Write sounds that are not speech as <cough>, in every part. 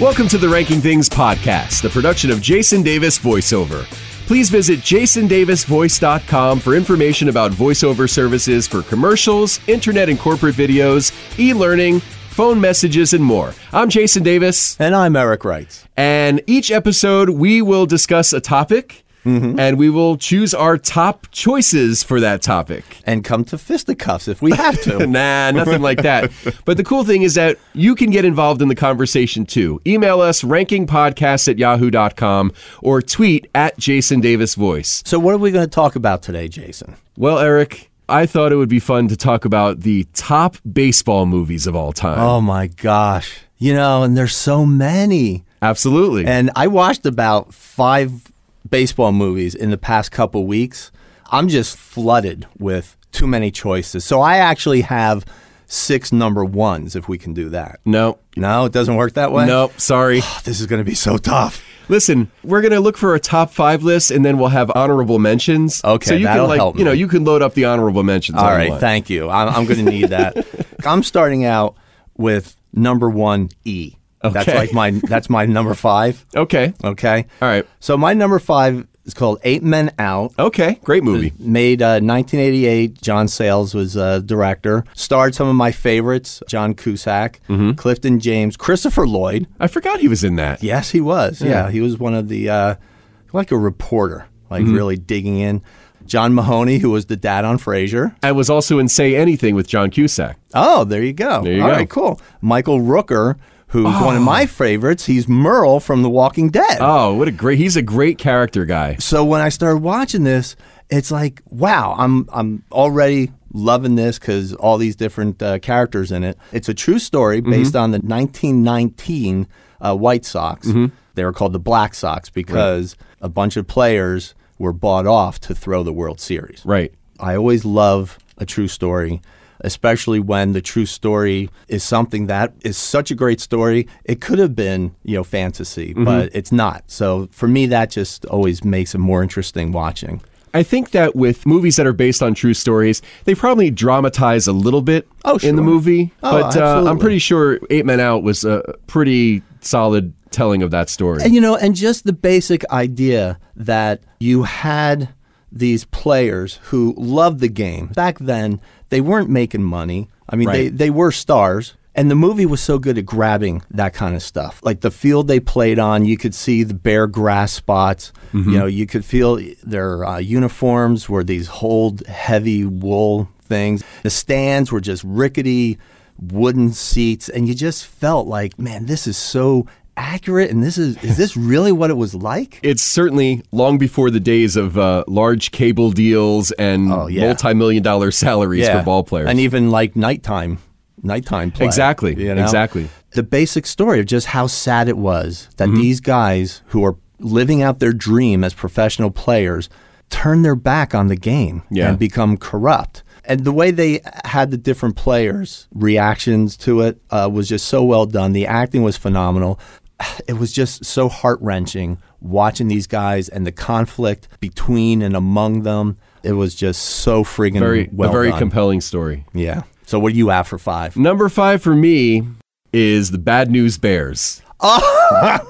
Welcome to the Ranking Things podcast, the production of Jason Davis VoiceOver. Please visit jasondavisvoice.com for information about voiceover services for commercials, internet and corporate videos, e learning, phone messages, and more. I'm Jason Davis, And I'm Eric Wright. and each episode we will discuss a topic and we will choose our top choices for that topic. And come to fisticuffs if we have <laughs> to. Nah, nothing like that. But the cool thing is that you can get involved in the conversation too. Email us rankingpodcast at yahoo.com or tweet at Jason Davis Voice. <laughs> so, what are we going to talk about today, Jason? Well, Eric, I thought it would be fun to talk about the top baseball movies of all time. Oh my gosh. You know, and there's so many. Absolutely. And I watched about five baseball movies in the past couple weeks. I'm just flooded with too many choices. So, I actually have six number ones if we can do that. no, No, it doesn't work that way? Oh, no, sorry. This is going to be so tough. Listen, we're going to look for a top five list and then we'll have honorable mentions. Okay, So you can, that'll like, help you know, me. you can load up the honorable mentions. All all right, thank you. I'm, I'm going to need <laughs> that. I'm starting out with number one E. That's Okay. like my that's my number five. okay. Okay. All right. So my number five is called Eight Men Out. Okay. Great <laughs> movie. Made uh, 1988. John Sayles was uh, director. Starred some of my favorites: John Cusack, Clifton James, Christopher Lloyd. I forgot he was in that. Yes, he was. Yeah, he was one of the uh, like a reporter, like really digging in. John Mahoney, who was the dad on Frasier. I was also in Say Anything with John Cusack. Oh, there you go. All right, you go. cool. Michael Rooker, who's one of my favorites, he's Merle from The Walking Dead. Oh, what a great he's a great character guy. so when I started watching this, it's like, wow, I'm I'm already loving this because all these different uh, characters in it. It's a true story Mm-hmm. based on the 1919 uh, White Sox. Mm-hmm. They were called the Black Sox because a bunch of players were bought off to throw the World Series. Right. I always love a true story, especially when the true story is something that is such a great story. It could have been, you know, fantasy, but it's not. So for me, that just always makes it more interesting watching. I think that with movies that are based on true stories, they probably dramatize a little bit Oh, in the sure. movie. Oh, but uh, I'm absolutely. pretty sure Eight Men Out was a pretty solid telling of that story. And, you know, and just the basic idea that you had these players who loved the game. Back then, they weren't making money. I mean, they, Right. they were stars. And the movie was so good at grabbing that kind of stuff. Like the field they played on, you could see the bare grass spots. You know, you could feel their uh, uniforms were these old, heavy wool things. The stands were just rickety wooden seats, and you just felt like, man, this is so accurate. And this is is this really what it was like? It's certainly long before the days of uh, large cable deals and Oh, yeah. multi-million dollar salaries for ball players. and even like nighttime, nighttime play. Exactly, you know? exactly. Mm-hmm. The basic story of just how sad it was that these guys who are living out their dream as professional players turn their back on the game Yeah. and become corrupt. And the way they had the different players' reactions to it uh, was just so well done. The acting was phenomenal. <sighs> It was just so heart wrenching watching these guys and the conflict between and among them. It was just so friggin' very well a very done. compelling story. Yeah. So what do you have <laughs> for five? Number five for me is the Bad News Bears.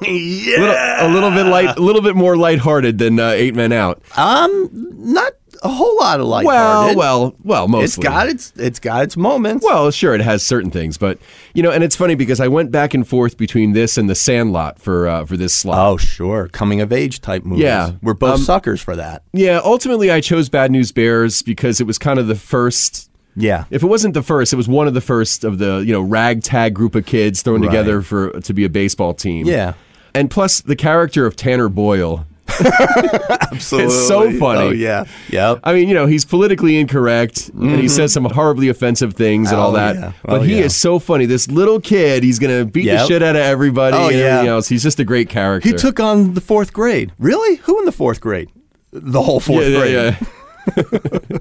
yeah. Little- a little bit light, a little bit more lighthearted than uh, Eight Men Out. Um, not a whole lot of light. Well, well, well, mostly. it's got its it's got its moments. Well, sure, it has certain things, but you know, and it's funny because I went back and forth between this and The Sandlot for uh, for this slot. oh, sure, coming of age type movies. Yeah. Um, we're both suckers for that. yeah, ultimately, I chose Bad News Bears because it was kind of the first. Yeah. If it wasn't the first, it was one of the first of the you know ragtag group of kids thrown together for to be a baseball team. Yeah. and plus the character of Tanner Boyle. Absolutely. funny. Oh yeah. Yep. I mean, you know, he's politically incorrect and he says some horribly offensive things and all Oh, that. yeah. But Oh, he yeah. is so funny. This little kid, he's gonna beat the Yep. shit out of everybody Oh, and everything yeah. else. He's just a great character. He took on the fourth grade. Really? Who in the fourth grade? The whole yeah, fourth yeah, grade. <laughs> yeah.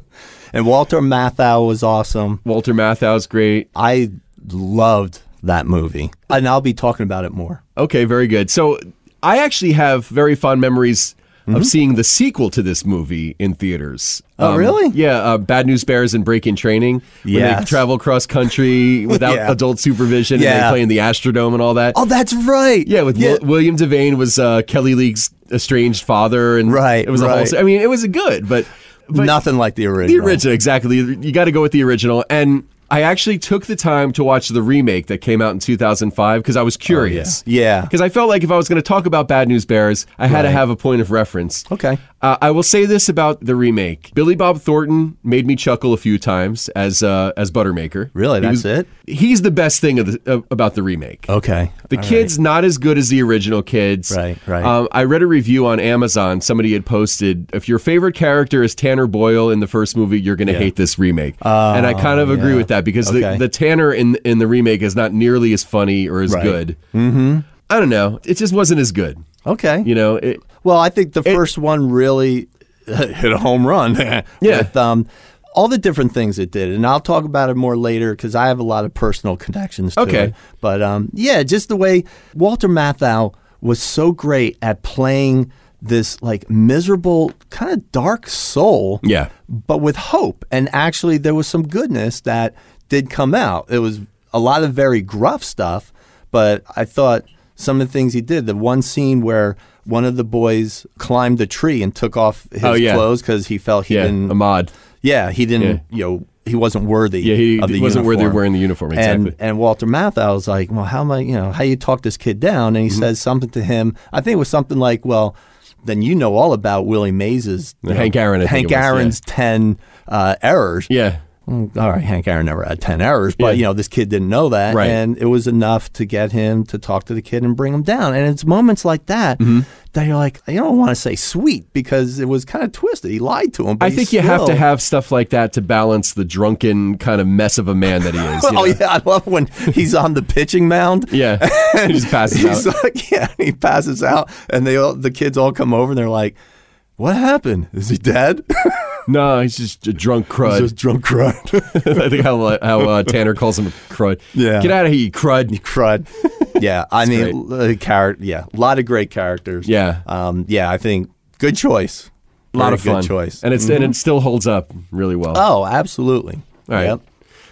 And Walter Matthau was awesome. Walter Matthau's great. I loved that movie, and I'll be talking about it more. Okay, very good. So I actually have very fond memories of seeing the sequel to this movie in theaters. Mm-hmm. Oh, really? Yeah, uh, Bad News Bears and Break in Training. Where they Yes. travel cross country without <laughs> Yeah. adult supervision and they Yeah. play in the Astrodome and all that. Oh, that's right. Yeah, with Wil- William Devane was uh, Kelly League's estranged father, and Right, it was a whole. right. se- I mean, it was good, but, but nothing like the the original. original exactly. You got to go with the original, and I actually took the time to watch the remake that came out in 2005 because I was curious. Oh, Yeah. because I felt like if I was going to talk about Bad News Bears, I had to have a point of reference. Okay. Uh, I will say this about the remake: Billy Bob Thornton made me chuckle a few times as uh, as Buttermaker. Really? He was- That's it? Oh, He's the best thing of the, uh, about the remake. Okay. The kid's not as good as the original kids. Right, right. Um, I read a review on Amazon. Somebody had posted, if your favorite character is Tanner Boyle in the first movie, you're going to hate this remake. and I kind of agree Oh, yeah. with that because the, Okay. the Tanner in in the remake is not nearly as funny or as Right. good. Mm-hmm. I don't know. It just wasn't as good. Okay. You know, it, Well, I think the first one really <laughs> hit a home run. <laughs> yeah. With, um, all the different things it did, and I'll talk about it more later because I have a lot of personal connections to Okay. it. But um, yeah, just the way Walter Matthau was so great at playing this like miserable, kind of dark soul. Yeah. But with hope, and actually there was some goodness that did come out. It was a lot of very gruff stuff, but I thought some of the things he did. The one scene where one of the boys climbed the tree and took off his Oh, yeah. clothes because he felt he yeah, didn't Ahmad. yeah, he didn't. You know, he wasn't worthy. Yeah, he of the wasn't worthy of uniform. wearing the uniform, And- exactly. And, Walter Matthau was like, "Well, how am I? You know, how you talk this kid down?" Mm-hmm. And he says something to him. I think it was something like, "Well, then you know all about Willie Mays's you know, Hank Aaron, I think Hank it was, yeah. Aaron's ten uh, errors." Yeah. Mm, All right, Hank Aaron never had ten errors, but Yeah. you know this kid didn't know that, Right. and it was enough to get him to talk to the kid and bring him down. And it's moments like that Mm-hmm. that you're like, I don't want to say sweet because it was kind of twisted. He lied to him. But I he think you have to still- have stuff like that to balance the drunken kind of mess of a man that he is. you <laughs> oh know? yeah, I love when he's on the pitching mound. yeah. <laughs> He just passes out. <laughs> he's like, yeah, he passes out, and they all the kids all come over and they're like, "What happened? Is he <laughs> dead? No, he's just a drunk crud. He's just drunk <laughs> crud, I think how how uh, Tanner calls him a crud. Yeah. get out of here, you crud. crud." Yeah, I mean, the character. Yeah, a lot of great characters. Yeah. um, yeah, I think good choice. A lot Very of fun Good choice. Mm-hmm. and it's and it still holds up really well. oh, absolutely. All right. Yep.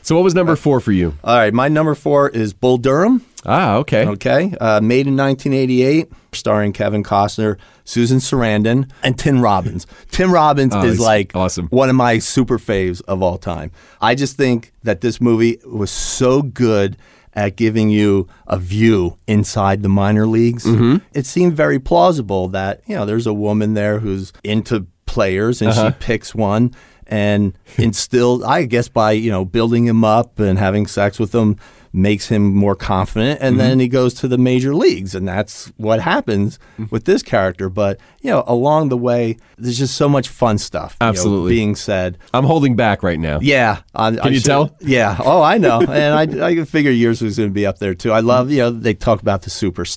So what was uh, number four for you? All right. My number four is Bull Durham. Ah, okay. Okay. Uh, made in 1988, starring Kevin Costner, Susan Sarandon, and Tim Robbins. Tim Robbins Oh, he's is like awesome. one of my super faves of all time. I just think that this movie was so good at giving you a view inside the minor leagues. It seemed very plausible that, you know, there's a woman there who's into players and she picks one and <laughs> instills I guess by, you know, building him up and having sex with him makes him more confident and then he goes to the major leagues and that's what happens with this character but you know along the way there's just so much fun stuff you know, Absolutely. being said I'm holding back right now. yeah I, can you tell? yeah oh I know <laughs> and I, I figure yours was going to be up there too I love you know they talk about the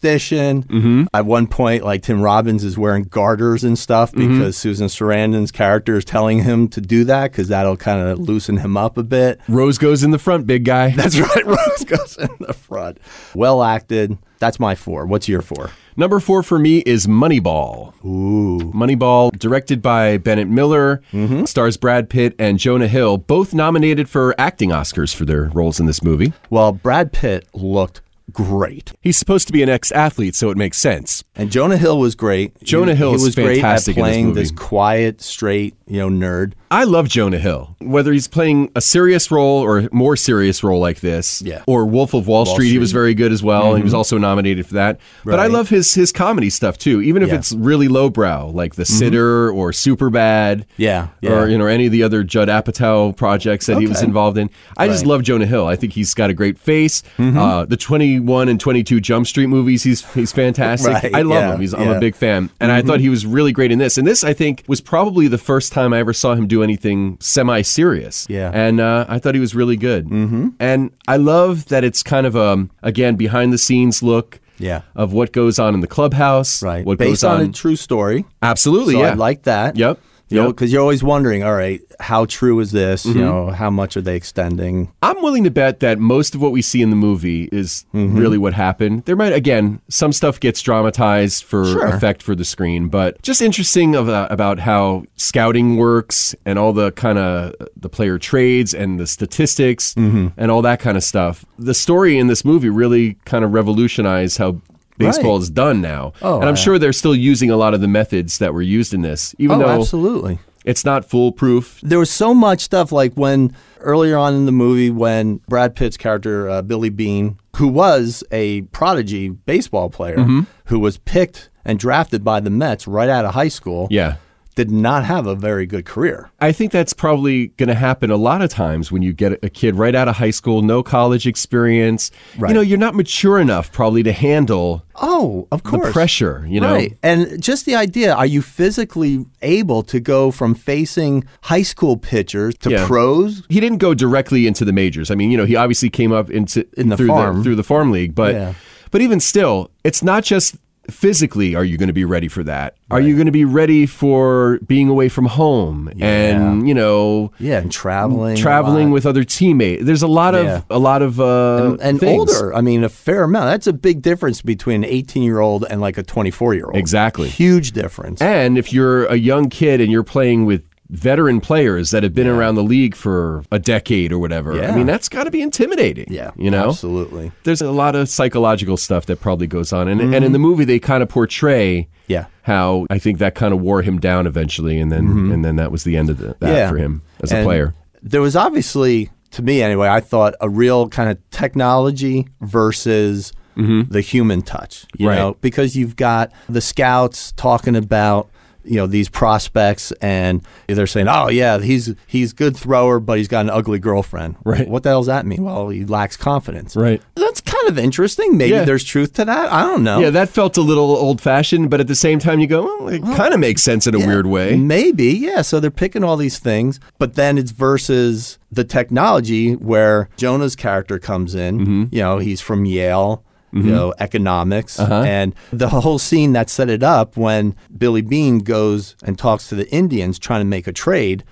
superstition mm-hmm. at one point like Tim Robbins is wearing garters and stuff Mm-hmm. because Susan Sarandon's character is telling him to do that because that'll kind of loosen him up a bit <laughs> Rose goes in the front, big guy. that's right. Rose goes in the front. Well acted. That's my four. What's your four? Number four for me is Moneyball. Ooh. Moneyball, directed by Bennett Miller, Mm-hmm. stars Brad Pitt and Jonah Hill, both nominated for acting Oscars for their roles in this movie. Well, Brad Pitt looked great, He's supposed to be an ex athlete, so it makes sense. and Jonah Hill was great. Jonah Hill he, is was fantastic in this great at playing movie. this quiet, straight, you know, nerd. I love Jonah Hill. Whether he's playing a serious role or a more serious role like this, Yeah. Mm-hmm. or Wolf of Wall, Street, he was very good as well. He was also nominated for that. But I Right. love his his comedy stuff too, even if Yeah. Mm-hmm. it's really lowbrow, like The Sitter or Superbad, Yeah, or yeah. you know any of the other Judd Apatow projects that he was Okay. involved in. I just love Jonah Hill. I think he's got a great face. Mm-hmm. Uh, the twenty one and twenty two Jump Street movies, he's he's fantastic. Right, I love yeah, him. He's, I'm a yeah. Mm-hmm. big big fan, and I thought he was really great in this. And this, I think, was probably the first time I ever saw him do anything semi-serious. Yeah. and uh, I thought he was really good. Mm-hmm. And I love that it's kind of um again behind the scenes look. Yeah. of what goes on in the clubhouse. Right. what Based goes on. on a true story. absolutely. So yeah, I like that. Yep. Mm-hmm. You know, because you're always wondering, all right, how true is this? You know, how much are they extending? I'm willing to bet that most of what we see in the movie is Mm-hmm. really what happened. There might, again, some stuff gets dramatized for Sure. effect for the screen, but just interesting of, uh, about how scouting works and all the kind of the player trades and the statistics Mm-hmm. and all that kind of stuff. The story in this movie really kind of revolutionized how baseball is done now. Oh, and I'm uh, sure they're still using a lot of the methods that were used in this, even oh, though absolutely. it's not foolproof. There was so much stuff like when earlier on in the movie when Brad Pitt's character uh, Billy Bean, who was a prodigy baseball player, Mm-hmm. who was picked and drafted by the Mets right out of high school, Yeah. did not have a very good career. I think that's probably going to happen a lot of times when you get a kid right out of high school, no college experience. You Right. know, you're not mature enough probably to handle Oh, of the pressure, you know? Right. And just the idea are you physically able to go from facing high school pitchers to Yeah. pros? He didn't go directly into the majors. I mean, you know, he obviously came up into In the through the farm. through the farm league, but Yeah. but even still, it's not just physically are you going to be ready for that? Are you going to be ready for being away from home and, you know, Yeah, and traveling. a traveling lot. with other teammates? There's a lot of Yeah. a lot of uh and things. older. I mean, a fair amount. That's a big difference between an 18 year old and like a 24 year old. Exactly. Huge difference. And if you're a young kid and you're playing with veteran players that have been around the league for a decade or whatever, I Yeah. mean, that's got to be intimidating. yeah. You know? Absolutely. There's a lot of psychological stuff that probably goes on. And, and in the movie, they kind of portray. Mm-hmm. Yeah. How I think that kind of wore him down eventually, and then and then that was the end of the, that Mm-hmm. Yeah. for him as a And player. There was obviously, to me anyway, I thought a real kind of technology versus the human touch. You Mm-hmm. Right. know, because you've got the scouts talking about you know these prospects and they're saying oh yeah he's he's good thrower but he's got an ugly girlfriend Right. what the hell's that mean well he lacks confidence Right. that's kind of interesting maybe Yeah. there's truth to that i don't know Yeah, that felt a little old fashioned, but at the same time, you go, well, it kind of makes sense in a weird way. Maybe, yeah. So they're picking all these things, but then it's versus the technology where Jonah's character comes in. Mm-hmm. You know, he's from Yale. You know, economics Uh-huh. and the whole scene that set it up when Billy Bean goes and talks to the Indians trying to make a trade,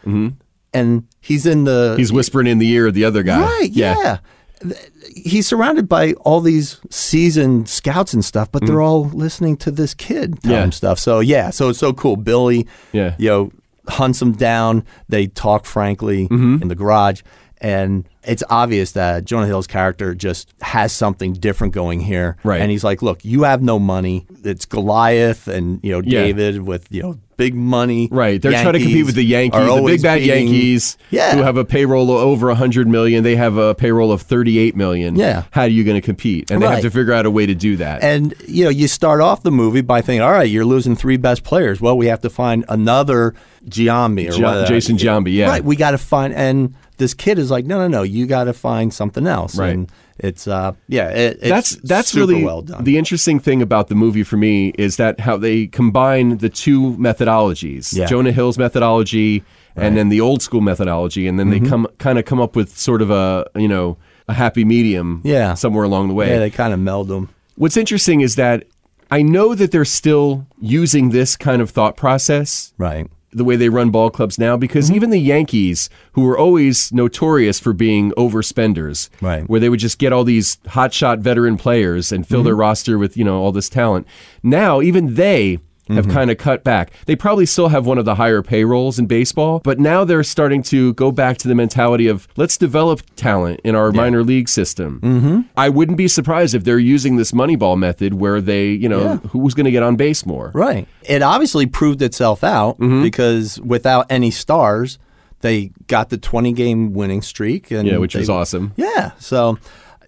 and he's in the Mm-hmm. He's whispering in the ear of the other guy. Right, yeah. Th- He's surrounded by all these seasoned scouts and stuff, but they're all listening to this kid tell Mm. Yeah. him stuff. So yeah, so it's so cool. Billy, Yeah. you know, hunts him down. They talk frankly Mm-hmm. in the garage, and it's obvious that Jonah Hill's character just has something different going here. Right. and he's like, "Look, you have no money. It's Goliath and you know Yeah. David with you know big money. Right. They're trying to compete with the Yankees Yankees, the are big always bad beating- Yankees, Yeah. who have a payroll of over 100 million. They have a payroll of 38 million. Yeah. How are you going to compete? And they have Right. to figure out a way to do that. And you know, you start off the movie by thinking, "All right, you're losing three best players. Well, we have to find another Giambi or Jo- whatever. Jason Giambi, yeah. right. We got to find." And this kid is like, "No, no, no. You got to find something else." Right. And it's uh, yeah. It, it's that's that's super really well done. the interesting thing about the movie for me is that how they combine the two methodologies, Yeah. Jonah Hill's methodology and then the old school methodology, and then Mm-hmm. they come kind of come up with sort of a you know a happy medium Yeah. somewhere along the way. yeah, they kind of meld them. What's interesting is that I know that they're still using this kind of thought process, Right. the way they run ball clubs now, because Mm-hmm. even the Yankees, who were always notorious for being overspenders, Right. where they would just get all these hotshot veteran players and fill their Mm-hmm. roster with you know all this talent, now even they. Have Mm-hmm. kind of cut back. They probably still have one of the higher payrolls in baseball, but now they're starting to go back to the mentality of let's develop talent in our minor league system. Mm-hmm. I wouldn't be surprised if they're using this Moneyball method where they, you know, who's going to get on base more. Right. It obviously proved itself out Mm-hmm. because without any stars, they got the 20 game winning streak. And Yeah, which they- was awesome. Yeah. So,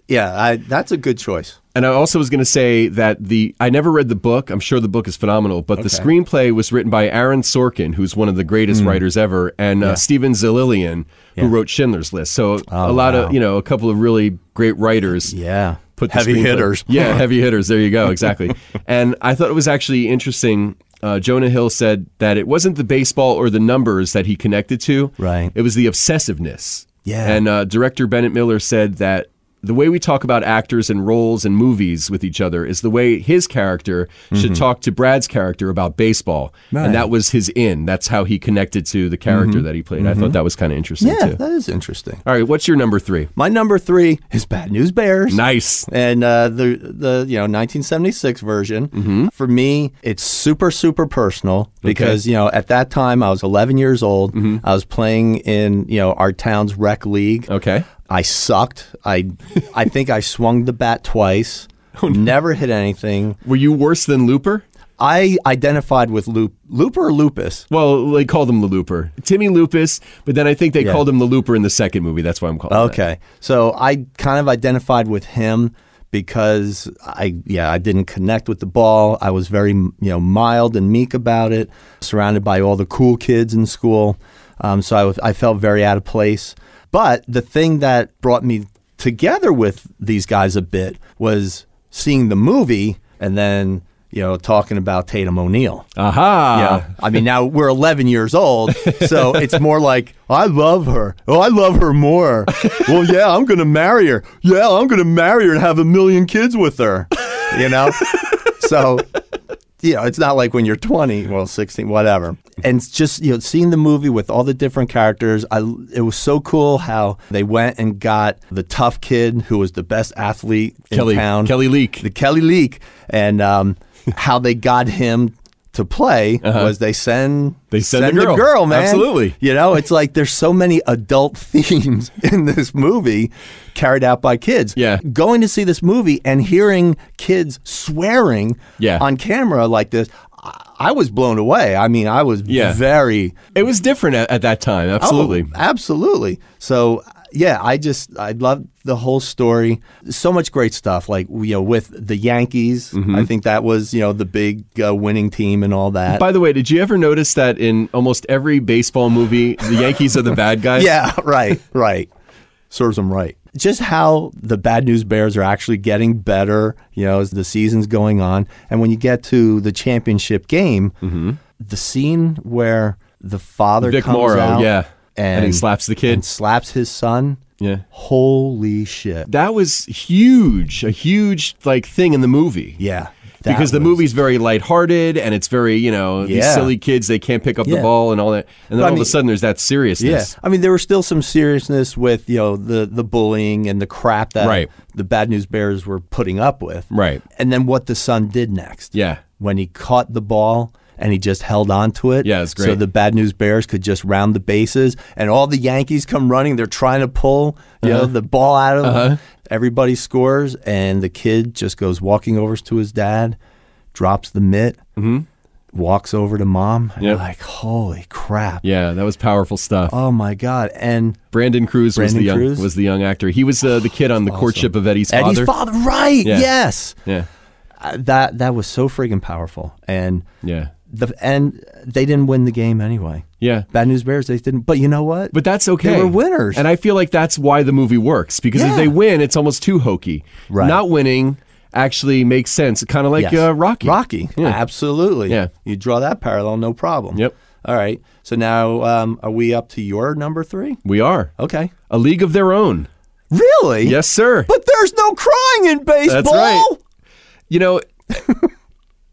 yeah, I, that's a good choice. And I also was going to say that the I never read the book. I'm sure the book is phenomenal, but the screenplay was written by Aaron Sorkin, who's one of the greatest writers ever, and uh, Steven Zilillian, who wrote Schindler's List. So a lot of you know a couple of really great writers. Yeah. Put the heavy screenplay- hitters. <laughs> yeah, heavy hitters. There you go. <laughs> Exactly. and I thought it was actually interesting. Uh, Jonah Hill said that it wasn't the baseball or the numbers that he connected to. Right. It was the obsessiveness. Yeah. And uh, director Bennett Miller said that the way we talk about actors and roles and movies with each other is the way his character Mm-hmm. should talk to Brad's character about baseball. And that was his in. That's how he connected to the character that he played. I thought that was kind of interesting Mm-hmm. Yeah, too. that is interesting. All right, what's your number three? My number three is Bad News Bears. Nice. And uh, the the you know 1976 version for me it's super super personal because you know at that time I was 11 years old I was playing in you know our town's rec league Okay. I sucked I I think I swung the bat twice never hit anything Were you worse than Looper? I identified with Loop Looper or Lupus Well, they called him the Looper. Timmy Lupus, but then I think they called him the Looper in the second movie. That's why I'm calling it. Okay. So I kind of identified with him because I yeah, I didn't connect with the ball. I was very, you know, mild and meek about it, surrounded by all the cool kids in school. Um, so I, was- I felt very out of place. But the thing that brought me together with these guys a bit was seeing the movie and then, you know, talking about Tatum O'Neal. Aha. Yeah. I mean, now we're 11 years old, so it's more like, I love her. Oh, I love her more. Well, yeah, I'm going to marry her. Yeah, I'm going to marry her and have a million kids with her, you know? So, you know, it's not like when you're 20, well, 16, whatever. And it's just, you know, seeing the movie with all the different characters, I, it was so cool how they went and got the tough kid who was the best athlete Kelly in town Kelly Leak. the Kelly Leak, <laughs> and um, how they got him to play was they send Uh-huh. They send the girl. man. Absolutely. You know, it's like there's so many adult <laughs> themes in this movie carried out by kids. Yeah. Going to see this movie and hearing kids swearing Yeah. on camera like this, I, I was blown away. I mean, I was Yeah. very It was different at, at that time. Absolutely. Oh, absolutely. So yeah, I just I love the whole story. So much great stuff. Like you know, with the Yankees, Mm-hmm. I think that was you know the big uh, winning team and all that. By the way, did you ever notice that in almost every baseball movie, the Yankees are the bad guys? <laughs> <laughs> yeah, right, right. Serves them right. Just how the Bad News Bears are actually getting better, you know, as the season's going on. And when you get to the championship game, the scene where the father Mm-hmm. Vic comes Morrow, out yeah. And and, he slaps the kid. and slaps his son. Yeah. Holy shit. That was huge, a huge like thing in the movie. Yeah. that Because the was- movie's very lighthearted and it's very, you know, these Yeah. silly kids, they can't pick up the Yeah. ball and all that. And then But I all of a mean- sudden there's that seriousness. Yeah. I mean, there was still some seriousness with, you know, the, the bullying and the crap that Right. the Bad News Bears were putting up with. Right. And then what the son did next. Yeah. When he caught the ball and he just held on to it. Yeah, it's So great. the Bad News Bears could just round the bases and all the Yankees come running. They're trying to pull, you Uh-huh. know, the ball out of them. Everybody scores and the kid just goes walking over to his dad, drops the mitt. Walks over to mom Mm-hmm. and Yep. like, holy crap. Yeah, that was powerful stuff. Oh my God! And Brandon Cruz was Brandon the young Cruz? was the young actor. He was uh, the kid on the courtship of Eddie's father. Eddie's father, right? Yeah. Yes, yeah. Uh, that that was so friggin' powerful. And Yeah. the and they didn't win the game anyway. Yeah. Bad news bears, they didn't. But you know what? But that's okay. were winners. And I feel like that's why the movie works because if Yeah. they win, it's almost too hokey. Right. Not winning actually makes sense. Kind of like Yes. uh, Rocky. Rocky, Yeah. absolutely. Yeah. you draw that parallel, no problem. Yep. All right. So now, um, are we up to your number three? We are. Okay. A League of Their Own. Really? Yes, sir. But there's no crying in baseball. right. You know,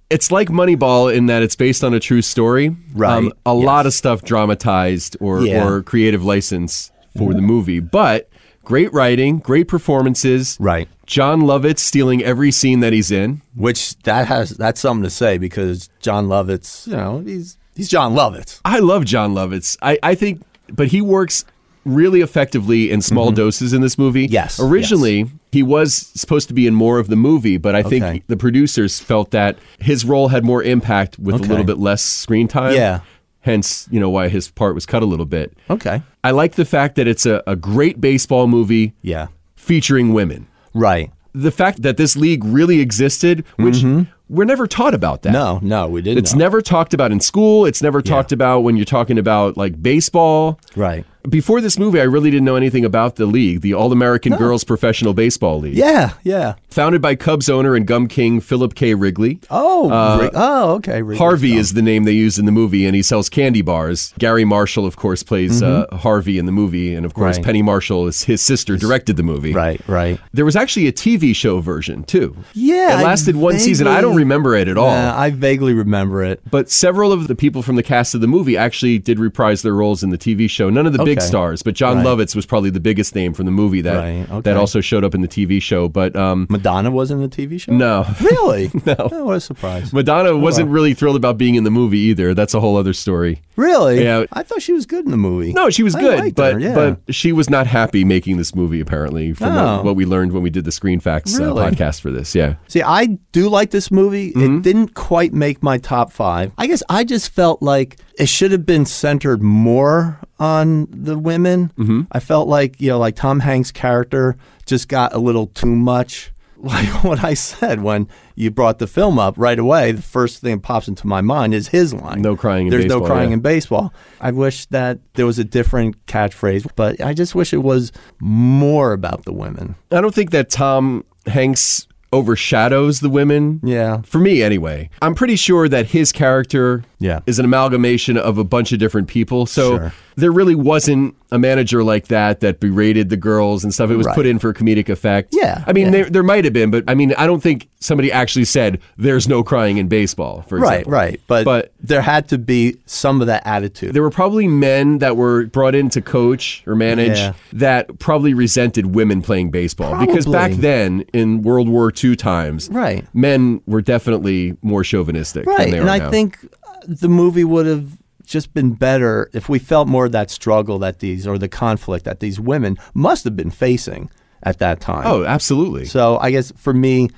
it's like Moneyball in that it's based on a true story. Um, Right, a lot of stuff dramatized or, Yeah. or creative license for the movie, but great writing, great performances. Right. John Lovitz stealing every scene that he's in. Which that has that's something to say because John Lovitz, you know, he's he's John Lovitz. I love John Lovitz. I, I think, but he works really effectively in small doses in this movie. Mm-hmm. Yes, Originally, he was supposed to be in more of the movie, but I Okay. think the producers felt that his role had more impact with a little bit less screen time. Yeah. Hence, you know, why his part was cut a little bit. Okay. I like the fact that it's a, a great baseball movie Yeah. featuring women. Right. The fact that this league really existed, which Mm-hmm. we're never taught about that. No, no, we didn't. It's never talked about in school. It's never talked about when you're talking about like baseball. right. Before this movie, I really didn't know anything about the league, the All American Girls Professional Baseball League. Yeah, yeah. Founded by Cubs owner and Gum King Philip K. Wrigley. Oh, Rig- oh, okay. Wrigley. Uh, Harvey is the name they use in the movie, and he sells candy bars. Gary Marshall, of course, plays uh, Harvey in the movie, and of course, Mm-hmm. Right. Penny Marshall is his sister. Directed the movie. Right, right. There was actually a TV show version too. Yeah, it I lasted one season. I don't vaguely- remember it at all. Yeah, I vaguely remember it. But several of the people from the cast of the movie actually did reprise their roles in the TV show. None of the big Okay. stars, but John Lovitz was probably the biggest name from the movie that Right, okay. that also showed up in the TV show. But um, Madonna was in the TV show. no, <laughs> really? no. what a surprise. Madonna wasn't really thrilled about being in the movie either. That's a whole other story. Really? Yeah. I thought she was good in the movie. No, she was I good, liked but her, yeah. but she was not happy making this movie. Apparently, from Oh. what, what we learned when we did the Screen Facts uh, Really? podcast for this, yeah. See, I do like this movie. Mm-hmm. It didn't quite make my top five. I guess I just felt like it should have been centered more on the women. Mm-hmm. I felt like, you know, like Tom Hanks' character just got a little too much. <laughs> Like what I said when you brought the film up right away, the first thing that pops into my mind is his line. No crying in There's baseball, no crying yeah. in baseball. I wish that there was a different catchphrase, but I just wish it was more about the women. I don't think that Tom Hanks overshadows the women. Yeah. For me, anyway, I'm pretty sure that his character Yeah. is an amalgamation of a bunch of different people. So Sure. there really wasn't a manager like that that berated the girls and stuff. It was Right. put in for comedic effect. Yeah, I mean, yeah. there, there might have been, but I mean, I don't think somebody actually said, there's no crying in baseball, for Right, example. right. But, But- there had to be some of that attitude. There were probably men that were brought in to coach or manage Yeah. that probably resented women playing baseball because back Probably. then in World War II times, Right. men were definitely more chauvinistic than right. they And are I now. think uh, the movie would have just been better if we felt more of that struggle that these, or the conflict that these women must have been facing at that time. oh, absolutely. So I guess for me,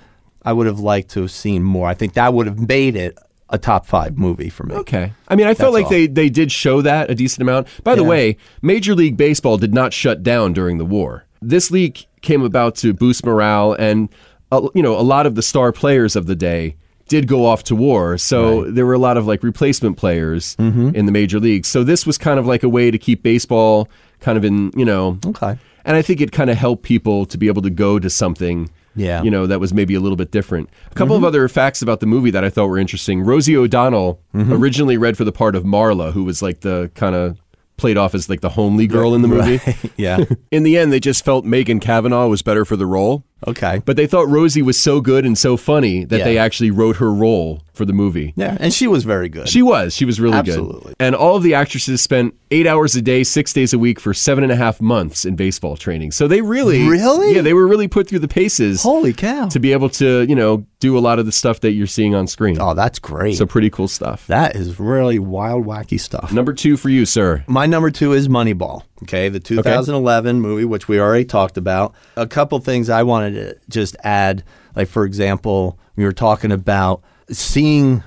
I would have liked to have seen more. I think that would have made it a top five movie for me. Okay. I mean, I felt like That's all. they, they did show that a decent amount. By the Yeah. way, Major League Baseball did not shut down during the war. This league came about to boost morale, and uh, you know, a lot of the star players of the day did go off to war. So there were a lot of like replacement players in the major leagues. So this was kind of like a way to keep baseball kind of in you know. Okay. And I think it kind of helped people to be able to go to something. Yeah. Mm-hmm. You know, that was maybe a little bit different. A couple of other facts about the movie that I thought were interesting. Rosie O'Donnell Mm-hmm. originally read for the part of Marla, who was like the kind of played off as like the homely girl in the movie. <laughs> <laughs> <laughs> yeah. In the end, they just felt Megan Kavanaugh was better for the role. Okay. But they thought Rosie was so good and so funny that Yeah. they actually wrote her role for the movie. yeah. And she was very good. She was. She was really Absolutely. good. And all of the actresses spent eight hours a day, six days a week for seven and a half months in baseball training. So they really, Really? yeah, they were really put through the paces Holy cow. to be able to, you know, do a lot of the stuff that you're seeing on screen. oh, that's great. So pretty cool stuff. that is really wild, wacky stuff. Number two for you, sir. My number two is Moneyball. Okay, the 2011 movie, which we already talked about. A couple things I wanted to just add, like for example, we were talking about seeing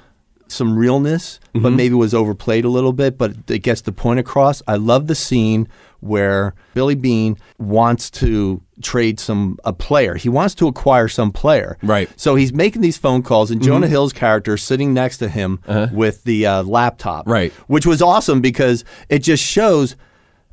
some realness, but maybe was overplayed a little bit, but it gets the point across. I love the scene where Billy Bean wants to trade some a player. He wants to acquire some player. Right. So he's making these phone calls, and Jonah Hill's character is sitting next to him with the uh, laptop Right. which was awesome because it just shows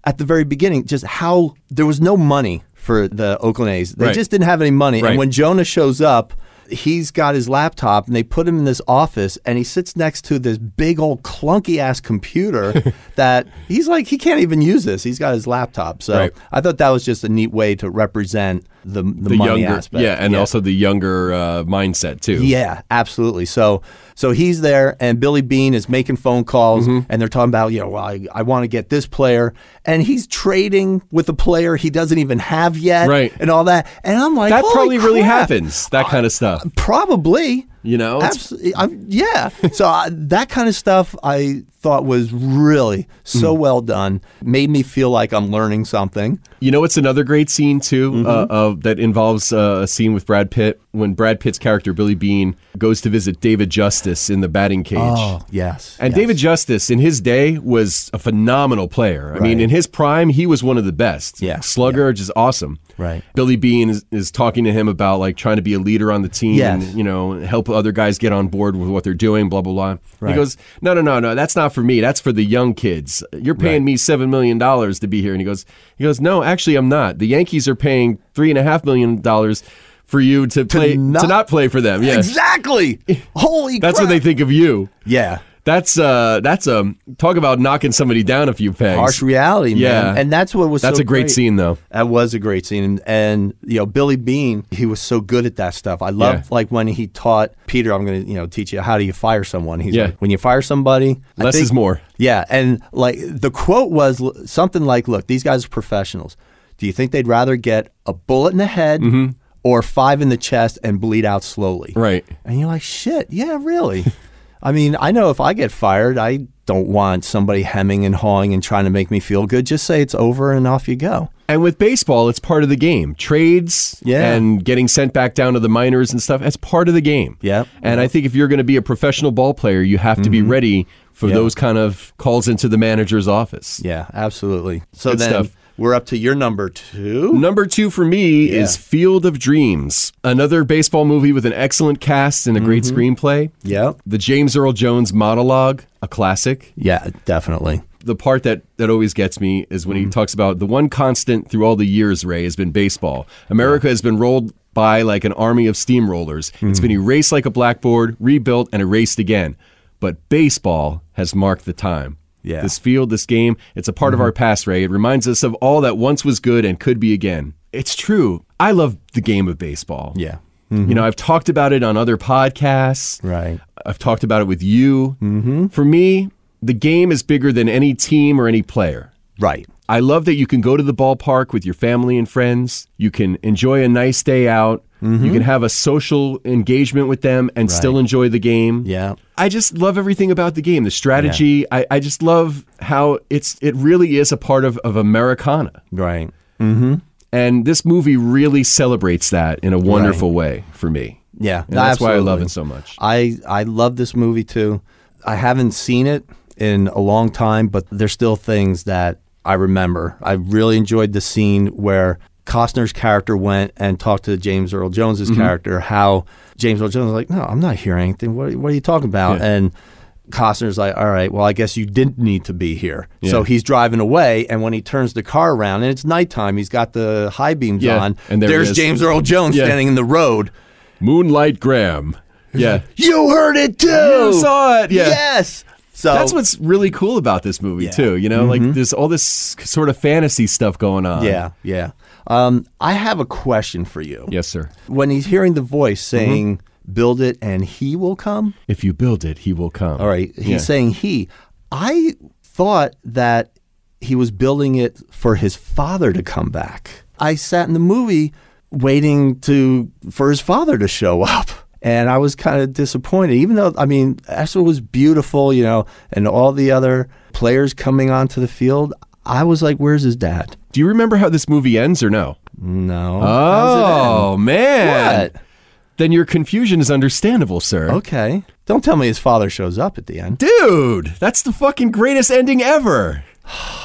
at the very beginning just how there was no money for the Oakland A's. They Right. just didn't have any money. Right. And when Jonah shows up, he's got his laptop and they put him in this office and he sits next to this big old clunky <laughs> ass computer that he's like, he can't even use this. He's got his laptop. So Right. I thought that was just a neat way to represent the, the, money younger, aspect. yeah, and also the younger uh, mindset too. Yeah, absolutely. So so he's there, and Billy Bean is making phone calls, Mm-hmm. and they're talking about you know well, I, I want to get this player, and he's trading with a player he doesn't even have yet, Right. And all that, and I'm like, that "Holy probably really crap." happens. That kind of stuff. Probably, You know, it's- Abs- I'm, yeah. so I, that kind of stuff I thought was really so Mm-hmm. well done. Made me feel like I'm learning something. You know, it's another great scene too, uh, of, that involves uh, a scene with Brad Pitt when Brad Pitt's character Billy Bean goes to visit David Justice in the batting cage. Oh. yes, Oh. And yes. David Justice in his day was a phenomenal player. I mean, Right. in his prime, he was one of the best. Yeah, Slugger, just awesome. Right. Billy Bean is, is talking to him about like trying to be a leader on the team Yes. and, you know, help other guys get on board with what they're doing, blah, blah, blah. He Right. goes, No, no, no, no, that's not not for me. That's for the young kids. You're paying me seven million dollars to be here." And he goes, "He goes, no, actually, I'm not. The Yankees are paying three and a half million dollars for you to play not- to not play for them. Yeah, <laughs> Exactly. Holy that's crap. what they think of you. Yeah. That's uh, that's um, talk about knocking somebody down a few pegs. Harsh reality, man. Yeah. And that's what was that's so a great, scene, though. That was a great scene. And, and you know, Billy Bean, he was so good at that stuff. I loved like when he taught Peter, I'm gonna, you know, teach you how do you fire someone. He's Yeah. like, when you fire somebody, I Less think- is more. Yeah. And like the quote was l- something like, look, these guys are professionals. Do you think they'd rather get a bullet in the head Mm-hmm. or five in the chest and bleed out slowly? Right. And you're like, shit, yeah, <laughs> really. I mean, I know if I get fired, I don't want somebody hemming and hawing and trying to make me feel good. Just say it's over and off you go. And with baseball, it's part of the game. Trades Yeah. and getting sent back down to the minors and stuff, that's part of the game. Yep. And I think if you're going to be a professional ball player, you have to Mm-hmm. be ready for those kind of calls into the manager's office. Yeah, absolutely. So Good then stuff. we're up to your number two. Number two for me Yeah. is Field of Dreams, another baseball movie with an excellent cast and a great Mm-hmm. screenplay. Yep. The James Earl Jones monologue, a classic. Yeah, definitely. The part that, that always gets me is Mm-hmm. when he talks about the one constant through all the years, Ray, has been baseball. America has been rolled by like an army of steamrollers. It's been Mm-hmm. erased like a blackboard, rebuilt, and erased again. But baseball has marked the time. Yeah. Mm-hmm. This field, this game, it's a part of our past, Ray. It reminds us of all that once was good and could be again. It's true. I love the game of baseball. Yeah. Mm-hmm. You know, I've talked about it on other podcasts. Right. I've talked about it with you. Mm-hmm. For me, the game is bigger than any team or any player. Right. I love that you can go to the ballpark with your family and friends. You can enjoy a nice day out. Mm-hmm. You can have a social engagement with them and still enjoy the game. Yeah. I just love everything about the game, the strategy. I, I just love how it's it really is a part of, of Americana. Right. And this movie really celebrates that in a wonderful way for me. Yeah. And that's why I love absolutely. it so much. I I love this movie too. I haven't seen it in a long time, but there's still things that I remember. I really enjoyed the scene where Costner's character went and talked to James Earl Jones's Mm-hmm. character. How James Earl Jones was like, "No, I'm not hearing anything. What, what are you talking about?" And Costner's like, "All right, well, I guess you didn't need to be here." So he's driving away, and when he turns the car around, and it's nighttime, he's got the high beams Yeah, on, and there he there's is. James Earl Jones Yeah. standing in the road. Moonlight Graham. Yeah. You heard it too. You saw it. Yeah. Yes. So That's what's really cool about this movie too. You know, like there's all this sort of fantasy stuff going on. Mm-hmm. Yeah, yeah. Um, I have a question for you. Yes, sir. When he's hearing the voice Mm-hmm. saying, "Build it, and he will come." If you build it, he will come. All right, he's Yeah. saying he. I thought that he was building it for his father to come back. I sat in the movie waiting to for his father to show <laughs> up. And I was kind of disappointed, even though I mean, Esther was beautiful, you know, and all the other players coming onto the field. I was like, "Where's his dad?" Do you remember how this movie ends or no? No. Oh man. What? Oh. Then your confusion is understandable, sir. Okay. Don't tell me his father shows up at the end. Dude, that's the fucking greatest ending ever. <sighs>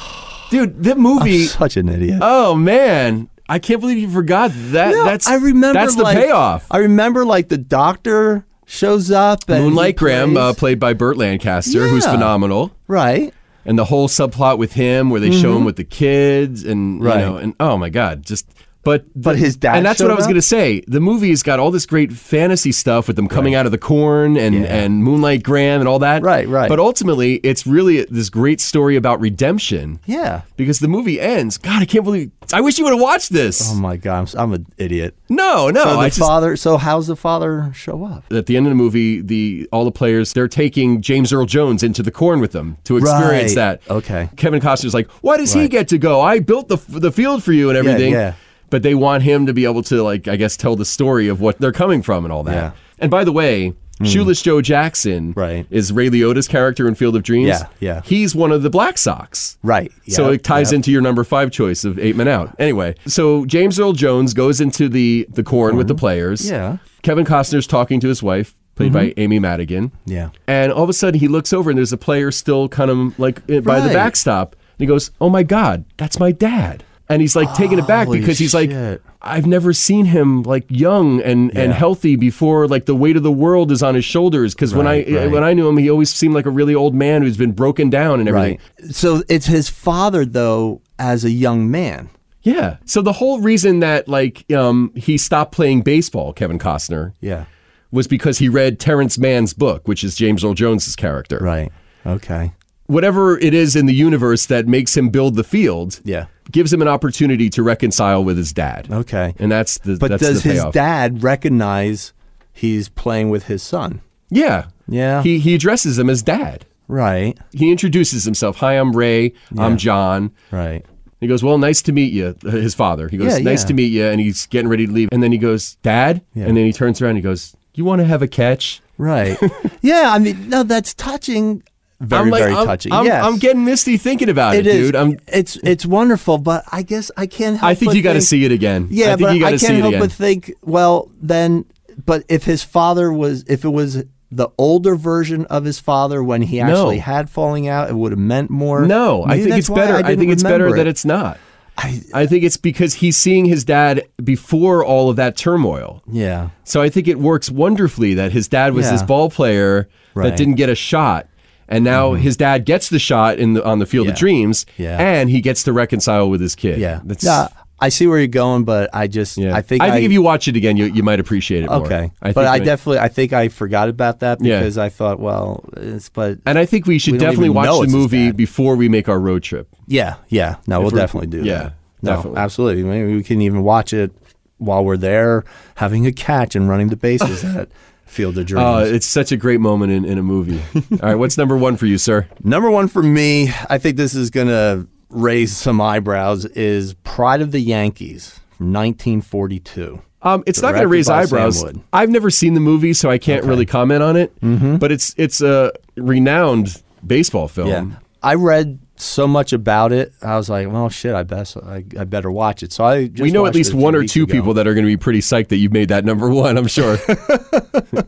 Dude, that movie. <laughs> Such an idiot. oh man, I can't believe you forgot that. No, that's I remember. That's the like- payoff. I remember like the doctor shows up. And he Moonlight Graham, uh, plays- played by Burt Lancaster, who's Yeah. phenomenal. right. and the whole subplot with him where they show him with the kids and Mm-hmm. Right. you know and oh my god just but But his dad and that's what showed I was up? going to say the movie's got all this great fantasy stuff with them coming out of the corn and and Moonlight Graham and all that Right, right. but ultimately it's really this great story about redemption Yeah. because the movie ends god I can't believe I wish you would have watched this Oh my god, I'm, s- I'm an idiot. no no So the Oh, I just father. So how's the father show up? at the end of the movie, the all the players they're taking James Earl Jones into the corn with them to experience Right. that. Okay. Kevin Costner's like, why does he Right. get to go? I built the the field for you and everything. yeah. But they want him to be able to like, I guess, tell the story of what they're coming from and all that. Yeah. Hmm. And by the way. Shoeless Joe Jackson Right. is Ray Liotta's character in Field of Dreams. Yeah, yeah. He's one of the Black Sox. Right. So Yep, it ties yep. into your number five choice of eight men out. Anyway, so James Earl Jones goes into the the corn with the players. Yeah. Mm-hmm. Kevin Costner's talking to his wife, played by Amy Madigan. Yeah. And all of a sudden he looks over and there's a player still kind of like eh, by the Right. backstop. And he goes, Oh my God, that's my dad. and he's like taken aback Holy because he's like shit. I've never seen him like young and, and Yeah. healthy before. Like the weight of the world is on his shoulders. Because when I eh, Right, right. when I knew him, he always seemed like a really old man who's been broken down and everything. Right. So it's his father, though, as a young man. Yeah. So the whole reason that like um, he stopped playing baseball, Kevin Costner, Yeah. was because he read Terrence Mann's book, which is James Earl Jones's character. Right. Okay. Whatever it is in the universe that makes him build the field, Yeah. gives him an opportunity to reconcile with his dad. Okay. And that's the But that's does the his payoff. dad recognize he's playing with his son? yeah. Yeah. He he addresses him as dad. Right. He introduces himself. Hi, I'm Ray. I'm John. Right. He goes, Well, nice to meet you. His father. He goes, Yeah, Nice yeah. to meet you. And he's getting ready to leave. And then he goes, Dad? And then he turns around and he goes, You want to have a catch? Right. <laughs> yeah. I mean, no, that's touching. Very, I'm like, very I'm, touching. I'm, yes. I'm getting misty thinking about it, It is. dude. I'm, it's it's wonderful, but I guess I can't help. I think but you got to think- see it again. Yeah, I think but you got I to can't see it help again. but think. Well, then, but if his father was, if it was the older version of his father when he actually had falling out, it would have meant more. no, I Maybe think that's it's why better. I, didn't think it's better remember that it. it's not. I- I think it's because he's seeing his dad before all of that turmoil. yeah, So I think it works wonderfully that his dad was Yeah. this ball player that Right. Mm-hmm. didn't get a shot. And now his dad gets the shot in the, on the field of Yeah. dreams, Yeah. and he gets to reconcile with his kid. yeah. that's Nah, I see where you're going, but I just, yeah. I think, if you watch it again, you, you might appreciate it more. okay, I but think I you- definitely, I think I forgot about that Yeah. because I thought, well, it's but and I think we should we don't definitely even know watch the it's his movie dad. before we make our road <laughs> trip. yeah, yeah. No, we'll we're- definitely do. yeah, that. No, definitely. absolutely. Maybe we can even watch it while we're there, having a catch and running <laughs> the bases at Field of Dreams. Uh, it's such a great moment in, in a <laughs> movie. All right, what's number one for you, sir? Number one for me, I think this is going to raise some eyebrows, is Pride of the Yankees from 1942. Um, it's not going to Directed raise by Sam eyebrows. Wood. Mm-hmm. I've never seen the movie, so I can't really comment on it. But it's it's a renowned baseball film. Um, I read so much about it. I was like, well, shit, I best I, I better watch it. So I just we know at watched least it one or weeks two ago. people that are going to be pretty psyched that you've made that number <laughs> one. I'm sure, <laughs>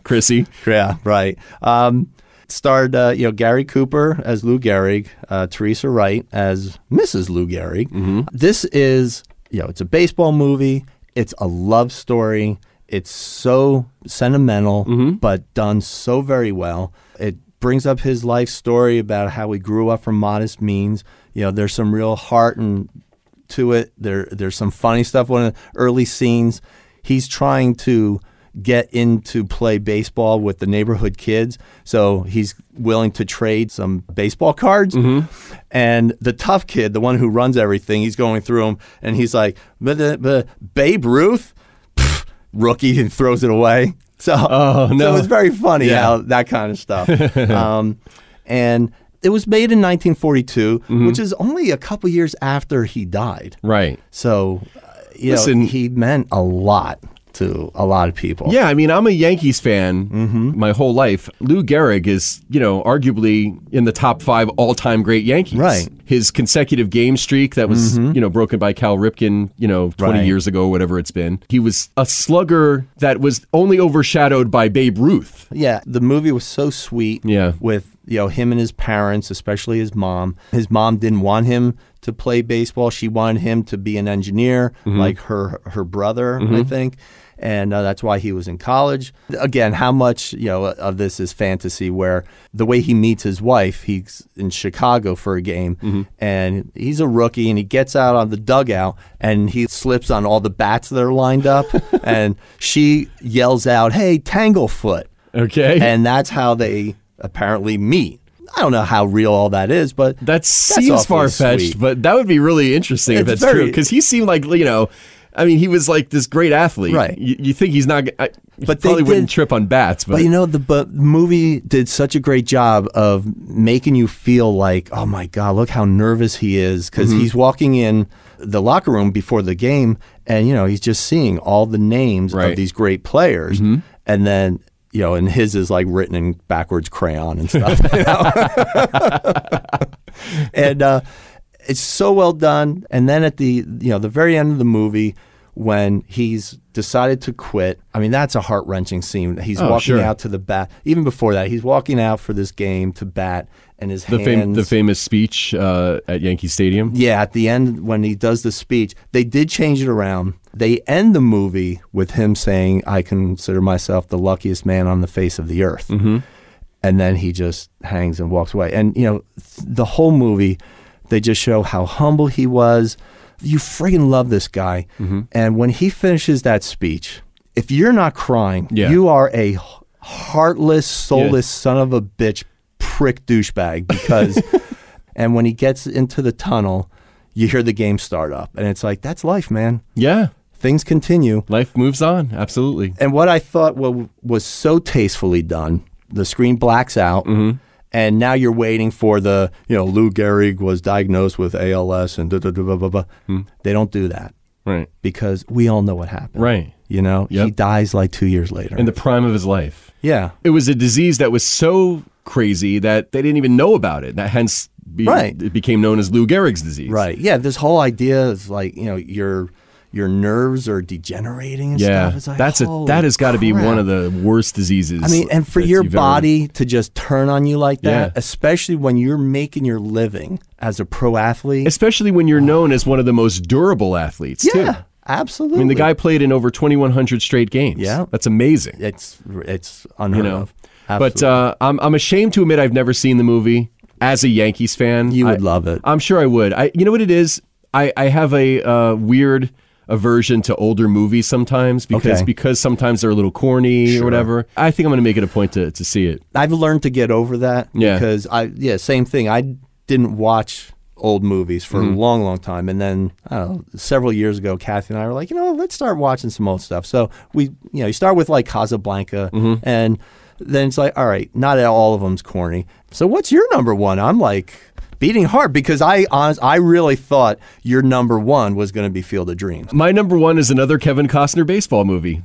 Chrissy. Yeah, right. Um, it starred uh, you know Gary Cooper as Lou Gehrig, uh, Teresa Wright as Mrs. Lou Gehrig. This is you know it's a baseball movie. It's a love story. It's so sentimental, but done so very well. It brings up his life story about how he grew up from modest means. You know, there's some real heart and to it. There, there's some funny stuff. One of the early scenes, he's trying to get into play baseball with the neighborhood kids, so he's willing to trade some baseball cards. Mm-hmm. And the tough kid, the one who runs everything, he's going through them, and he's like, "But the- but Babe Ruth, Pff, rookie," and throws it away. <laughs> So, so Oh, no. it's very funny Yeah. how that kind <laughs> of stuff. um, and it was made in 1942, Mm-hmm. which is only a couple years after he died. Right. So, uh, you Listen- know, he meant a lot to a lot of people. Yeah, I mean, I'm a Yankees fan Mm-hmm. my whole life. Lou Gehrig is, you know, arguably in the top five all-time great Yankees. Right. Mm-hmm. His consecutive game streak that was, you know, broken by Cal Ripken, you know, 20 Right. years ago, whatever it's been. He was a slugger that was only overshadowed by Babe Ruth. Yeah, the movie was so sweet. Yeah. with you know him and his parents, especially his mom. His mom didn't want him to play baseball. She wanted him to be an engineer, like her her brother, I think. And uh, that's why he was in college. Again, how much you know of this is fantasy? Where the way he meets his wife, he's in Chicago for a game, and he's a rookie, and he gets out on the dugout, and he slips on all the bats that are lined up, and she yells out, "Hey, Tanglefoot!" Okay. and that's how they apparently meet. I don't know how real all that is, but that seems awfully far fetched, sweet. but that would be really interesting if that's true. It's 'Cause true. very- Because he seemed like, you know, I mean, he was like this great athlete. Right. You, you think he's not, I, but But they probably wouldn't did- trip on bats, but, But you know, the but movie did such a great job of making you feel like, oh my God, look how nervous he is because Mm-hmm. he's walking in the locker room before the game, and you know he's just seeing all the names Right. Mm-hmm. of these great players, and then. You know, and his is like written in backwards crayon <laughs> and stuff. you know? <laughs> and uh, it's so well done. And then at the you know the very end of the movie, when he's decided to quit, I mean that's a heart wrenching scene. He's Oh, walking sure. out to the bat. Even before that, he's walking out for this game to bat, and his The, fam- hands. the famous speech uh, at Yankee Stadium. Yeah, at the end when he does the speech, they did change it around. They end the movie with him saying, "I consider myself the luckiest man on the face of the earth," and then he just hangs and walks away. And you know, th- the whole movie, they just show how humble he was. You friggin' love this guy. And when he finishes that speech, if you're not crying, Yeah. you are a h- heartless, soulless son of a bitch, prick <laughs> douchebag because. And when he gets into the tunnel, you hear the game start up. And it's like, that's life, man. Yeah, Things continue. life moves on. Absolutely. And what I thought wa- was so tastefully done, the screen blacks out. Mm-hmm. And now you're waiting for the, you know, Lou Gehrig was diagnosed with ALS and da da da blah, blah, blah. Hmm. They don't do that Right. because we all know what happened. Right. You know, he Yep. dies like two years later. In the prime of his life. yeah. It was a disease that was so crazy that they didn't even know about it. That hence be, Right. it became known as Lou Gehrig's disease. Right. Yeah. This whole idea is like, you know, your your nerves are degenerating and Yeah. stuff. It's like, That's a holy that has got to be crap. one of the worst diseases. I mean, and for that your you've ever- body to just turn on you like that, Yeah. especially when you're making your living as a pro athlete. especially when you're known as one of the most durable athletes too. yeah, absolutely. I mean, the guy played in over 2,100 straight games. Yeah. That's amazing. it's it's unheard you know. of. But uh, I'm I'm ashamed to admit I've never seen the movie. As a Yankees fan, You would I- love it. I'm sure I would. I you know what it is. I I have a uh, weird aversion to older movies sometimes because Okay. because sometimes they're a little corny or whatever. I think I'm going to make it a point to to see it. I've learned to get over that Yeah. because I yeah same thing. I didn't watch old movies for Mm-hmm. a long, long time, and then I don't know, several years ago, Kathy and I were like, you know, let's start watching some old stuff. So we you know you start with like Casablanca, Mm-hmm. and then it's like, all right, not all of them's corny. So what's your number one? I'm like. Beating heart because I honest, I really thought your number one was going to be Field of Dreams. My number one is another Kevin Costner baseball movie.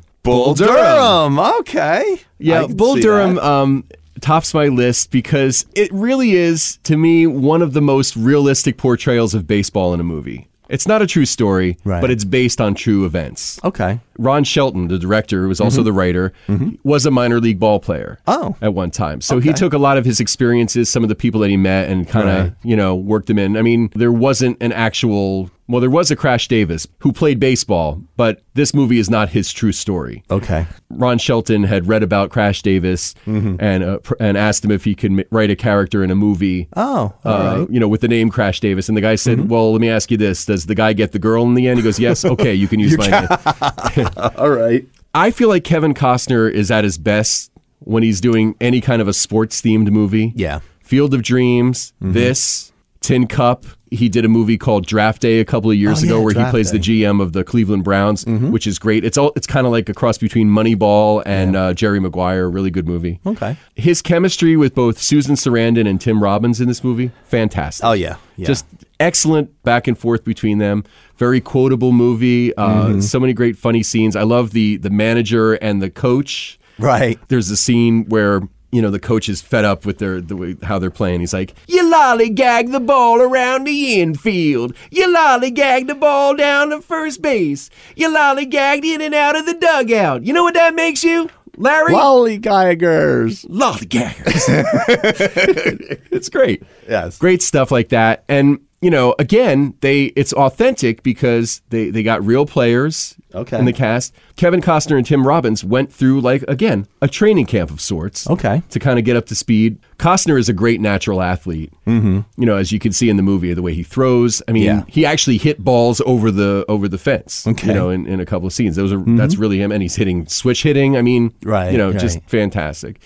okay, I Yeah, can Bull see Durham that. um, tops my list because it really is, to me, one of the most realistic portrayals of baseball in a movie. It's not a true story, Right. but it's based on true events. Okay, Ron Shelton, the director, who was also the writer, was a minor league ball player Mm-hmm. Oh. at one time. So he took a lot of his experiences, some of the people that he met, and kind of, you know, worked them in. I mean, there wasn't an actual, well, there was a Crash Davis who played baseball, but this movie is not his true story. <laughs> okay, Ron Shelton had read about Crash Davis and uh, pr- and asked him if he could m- write a character in a movie. oh, all right. Uh, you know, with the name Crash Davis, and the guy said, "Well, let me ask you this: Does the guy get the girl in the end?" He goes, "Yes, okay, you can use my name." all right. I feel like Kevin Costner is at his best when he's doing any kind of a sports themed movie. Yeah. Mm-hmm. Field of Dreams, this, Tin Cup. He did a movie called Draft Day a couple of years Oh, ago yeah, where he Draft plays Day. Mm-hmm. the GM of the Cleveland Browns, which is great. It's all it's kind of like a cross between Moneyball and uh, Jerry Maguire. Really good movie. Okay. His chemistry with both Susan Sarandon and Tim Robbins in this movie, fantastic. Oh yeah, yeah. Just excellent back and forth between them. Very quotable movie. Uh, So many great funny scenes. I love the the manager and the coach. right. There's a scene where you know the coach is fed up with their the way, how they're playing. He's like, "You lollygag the ball around the infield. You lollygag the ball down to first base. You lollygagged in and out of the dugout. You know what that makes you, Larry? Lollygaggers. <laughs> Lollygaggers. it's great. Yes. Great stuff like that. And you know, again, they it's authentic because they they got real players Okay. in the cast. Kevin Costner and Tim Robbins went through like again, a training camp of sorts. Okay. To kind of get up to speed. Costner is a great natural athlete. Mm-hmm. You know, as you can see in the movie, the way he throws. I mean, Yeah. he actually hit balls over the over the fence. Okay. Mm-hmm. You know, in, in a couple of scenes. Those are that's really him and he's hitting switch hitting. I mean, Right, you know, just right. fantastic.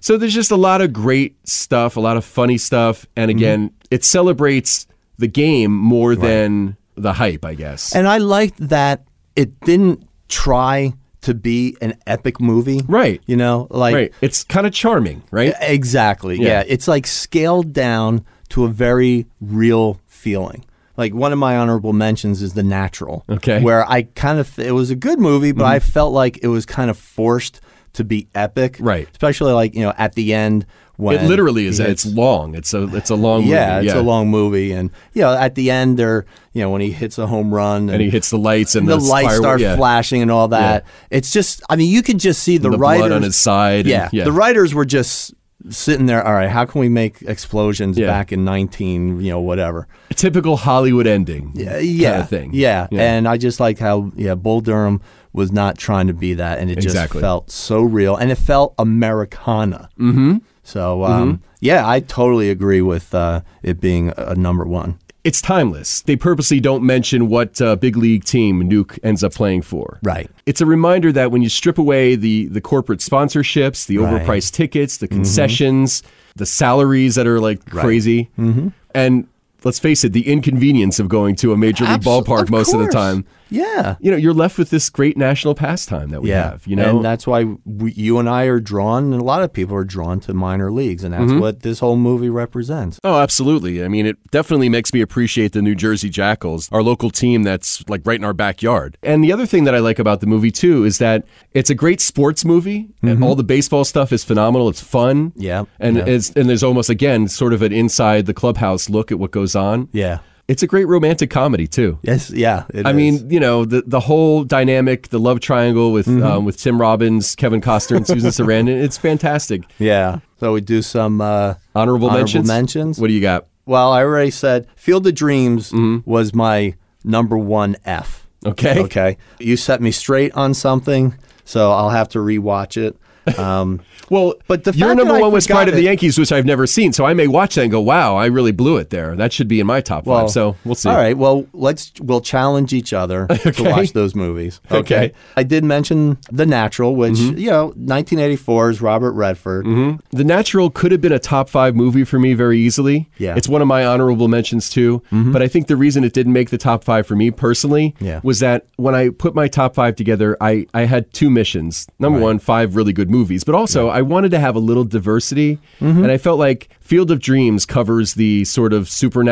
So there's just a lot of great stuff, a lot of funny stuff, and Mm-hmm. again, it celebrates the game more than the hype, I guess. And I liked that it didn't try to be an epic movie. Right. You know, like right, it's kind of charming, right? Uh, exactly. Yeah. Yeah. It's like scaled down to a very real feeling. Like one of my honorable mentions is The Natural. Okay. Mm-hmm. Where I kind of it was a good movie, but I felt like it was kind of forced to be epic. Right. Especially like, you know, at the end when it literally is. he It's hits- long. It's a it's a long Yeah, movie. it's a long movie, and you know, at the end, they're you know when he hits a home run and, And he hits the lights and the, the, lights firework- start yeah. flashing and all that. It's just, I mean, you can just see the, The blood writers on his side and- Yeah, yeah. the writers were just sitting there, all right, how can we make explosions Yeah. back in 19, you know, whatever. A typical Hollywood ending. Uh, yeah, Kinda thing. Yeah. and I just like how yeah Bull Durham was not trying to be that, and it Exactly. just felt so real, and it felt Americana. Mm-hmm. So um, yeah, I totally agree with uh, it being a a number one. It's timeless. They purposely don't mention what uh, big league team Nuke ends up playing for. Right. It's a reminder that when you strip away the, the corporate sponsorships, the Right. Mm-hmm. overpriced tickets, the concessions, the salaries that are like crazy, Mm-hmm. and let's face it, the inconvenience of going to a major league Abso- ballpark of most of the course. time, Yeah. you know, you're left with this great national pastime that we Yeah, have. You know, and that's why we, you and I are drawn, and a lot of people are drawn to minor leagues, and that's Mm-hmm. what this whole movie represents. Oh, absolutely. I mean, it definitely makes me appreciate the New Jersey Jackals, our local team that's like right in our backyard. And the other thing that I like about the movie, too, is that it's a great sports movie. And all the baseball stuff is phenomenal. It's fun. Yeah, And, yeah. It's, and there's almost, again, sort of an inside the clubhouse look at what goes on. Yeah. It's a great romantic comedy, too. Yes. Yeah. it I is. mean, you know, the the whole dynamic, the love triangle with um, with Tim Robbins, Kevin Costner, and Susan Sarandon, it's fantastic. Yeah. So we do some uh, Honorable, mentions. mentions. What do you got? Well, I already said Field of Dreams was my number one F. Mm-hmm. Okay. Okay. You set me straight on something, so I'll have to rewatch <laughs> it. Um, Well, But the your fact number that I one was forgot Pride of the it- Yankees, which I've never seen, so I may watch that and go, "Wow, I really blew it there." That should be in my top well, five. So we'll see. All right. Well, let's we'll challenge each <laughs> other to Okay. watch those movies. <laughs> Okay. Mm-hmm. I did mention The Natural, which you know, 1984 is Robert Redford. The Natural could have been a top five movie for me very easily. Yeah. Mm-hmm. it's one of my honorable mentions too. But I think the reason it didn't make the top five for me personally Yeah. was that when I put my top five together, I I had two missions. Number one, five really good movies, but also I wanted to have a little diversity, Mm-hmm. and I felt like Field of Dreams covers the sort of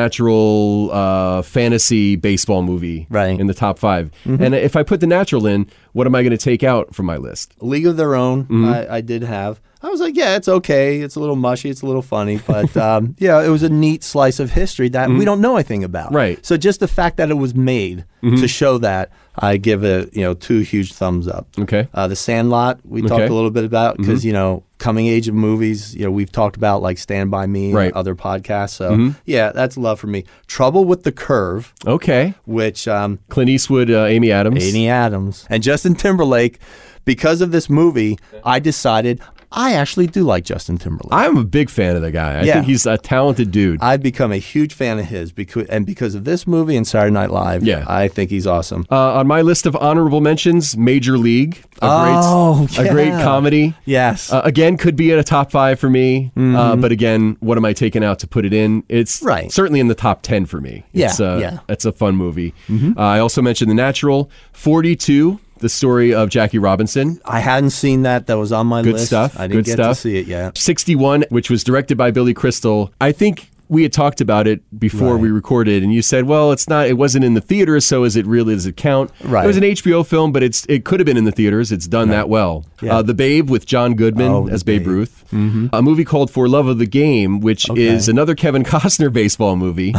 supernatural uh, fantasy baseball movie Right. Mm-hmm. in the top 5 And if I put The Natural in, what am I going to take out from my list? League of Their Own, Mm-hmm. I, I did have. I was like, yeah, it's okay. It's a little mushy. It's a little funny, <laughs> but um, yeah, it was a neat slice of history that we don't know anything about. Mm-hmm. Right. Mm-hmm. So just the fact that it was made to show that, I give it you know two huge thumbs up. Okay. Uh, the Sandlot, we talked Okay. Mm-hmm. a little bit about because you know coming age of movies. You know we've talked about like Stand by Right. Me, Mm-hmm. and other podcasts. So yeah, that's love for me. Trouble with the Curve, Okay. which um, Clint Eastwood, uh, Amy Adams. Amy Adams and Justin Timberlake. Because of this movie, I decided I actually do like Justin Timberlake. I'm a big fan of the guy. I Yeah. think he's a talented dude. I've become a huge fan of his because and because of this movie and Saturday Night Live. Yeah. I think he's awesome. Uh, on my list of honorable mentions, Major League, a Oh, great, a great yeah. comedy. Yes. Uh, again, could be in a top five for me, uh, but again, what am I taking out to put it in? It's Mm-hmm. Right. certainly in the top ten for me. Yeah, it's a, yeah. Mm-hmm. it's a fun movie. Uh, I also mentioned The Natural, Forty Two, the story of Jackie Robinson. I hadn't seen that. That was on my Good list. stuff. I didn't Good get stuff. to see it yet. 61, which was directed by Billy Crystal. I think we had talked about it before we recorded, and you said, "Well, it's not. It wasn't in the theater, so is it really? Does it count?" Right. It was an HBO film, but it's it could have been in the theaters. It's done that well. Yeah. Uh, the Babe with John Goodman Oh, The as Babe, Babe. Mm-hmm. Ruth. A movie called For Love of the Game, which is another Kevin Costner <laughs> baseball <laughs> movie,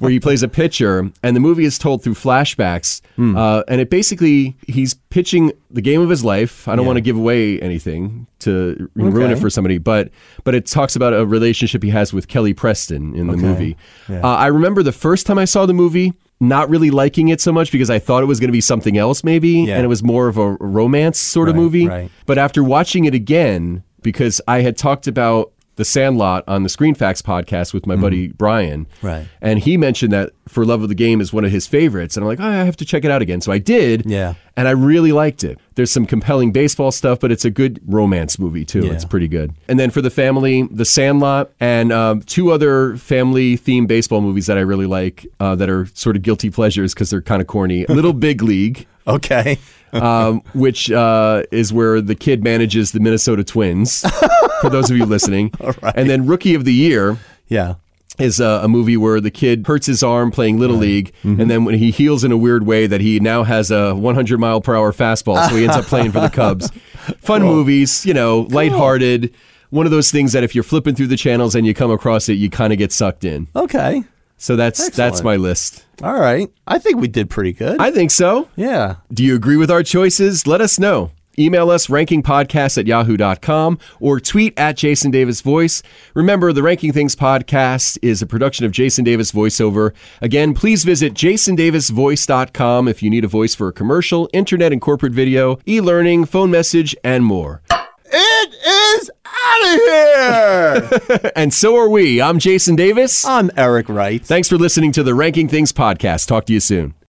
where he plays a pitcher, and the movie is told through flashbacks, Hmm. uh, and it basically he's pitching the game of his life. I don't want to give away anything to you know, ruin it Okay. for somebody, but but it talks about a relationship he has with Kelly Preston in the movie. Yeah. Uh, I remember the first time I saw the movie. Not really liking it so much because I thought it was going to be something else, maybe, Yeah. and it was more of a romance sort of Right, movie. right. But after watching it again, because I had talked about The Sandlot on the Screen Facts podcast with my buddy Brian, Mm-hmm. Right. and he mentioned that For Love of the Game is one of his favorites. And I'm like, oh, I have to check it out again. So I did. Yeah. And I really liked it. There's some compelling baseball stuff, but it's a good romance movie, too. Yeah. It's pretty good. And then for the family, The Sandlot and um, two other family themed baseball movies that I really like uh, that are sort of guilty pleasures because they're kind of corny Little Big League Okay. um, which uh, is where the kid manages the Minnesota Twins. for those of you listening, and then Rookie of the Year Yeah. is uh, a, a movie where the kid hurts his arm playing little league, and then when he heals in a weird way that he now has a 100 mile per hour fastball, so he ends up playing for the Cubs. Fun movies, you know, lighthearted. One of those things that if you're flipping through the channels and you come across it, you kind of get sucked in. Okay. So that's that's Excellent. my list. All right. I think we did pretty good. I think so. yeah. Do you agree with our choices? Let us know. Email us rankingpodcast at yahoo.com or tweet at Jason Davis Voice. Remember, the Ranking Things podcast is a production of Jason Davis VoiceOver. Again, please visit jasondavisvoice.com if you need a voice for a commercial, internet and corporate video, e learning, phone message, and more. <laughs> It is out of here. And so are we. I'm Jason Davis. <laughs> I'm Eric Wright. Thanks for listening to the Ranking Things podcast. Talk to you soon.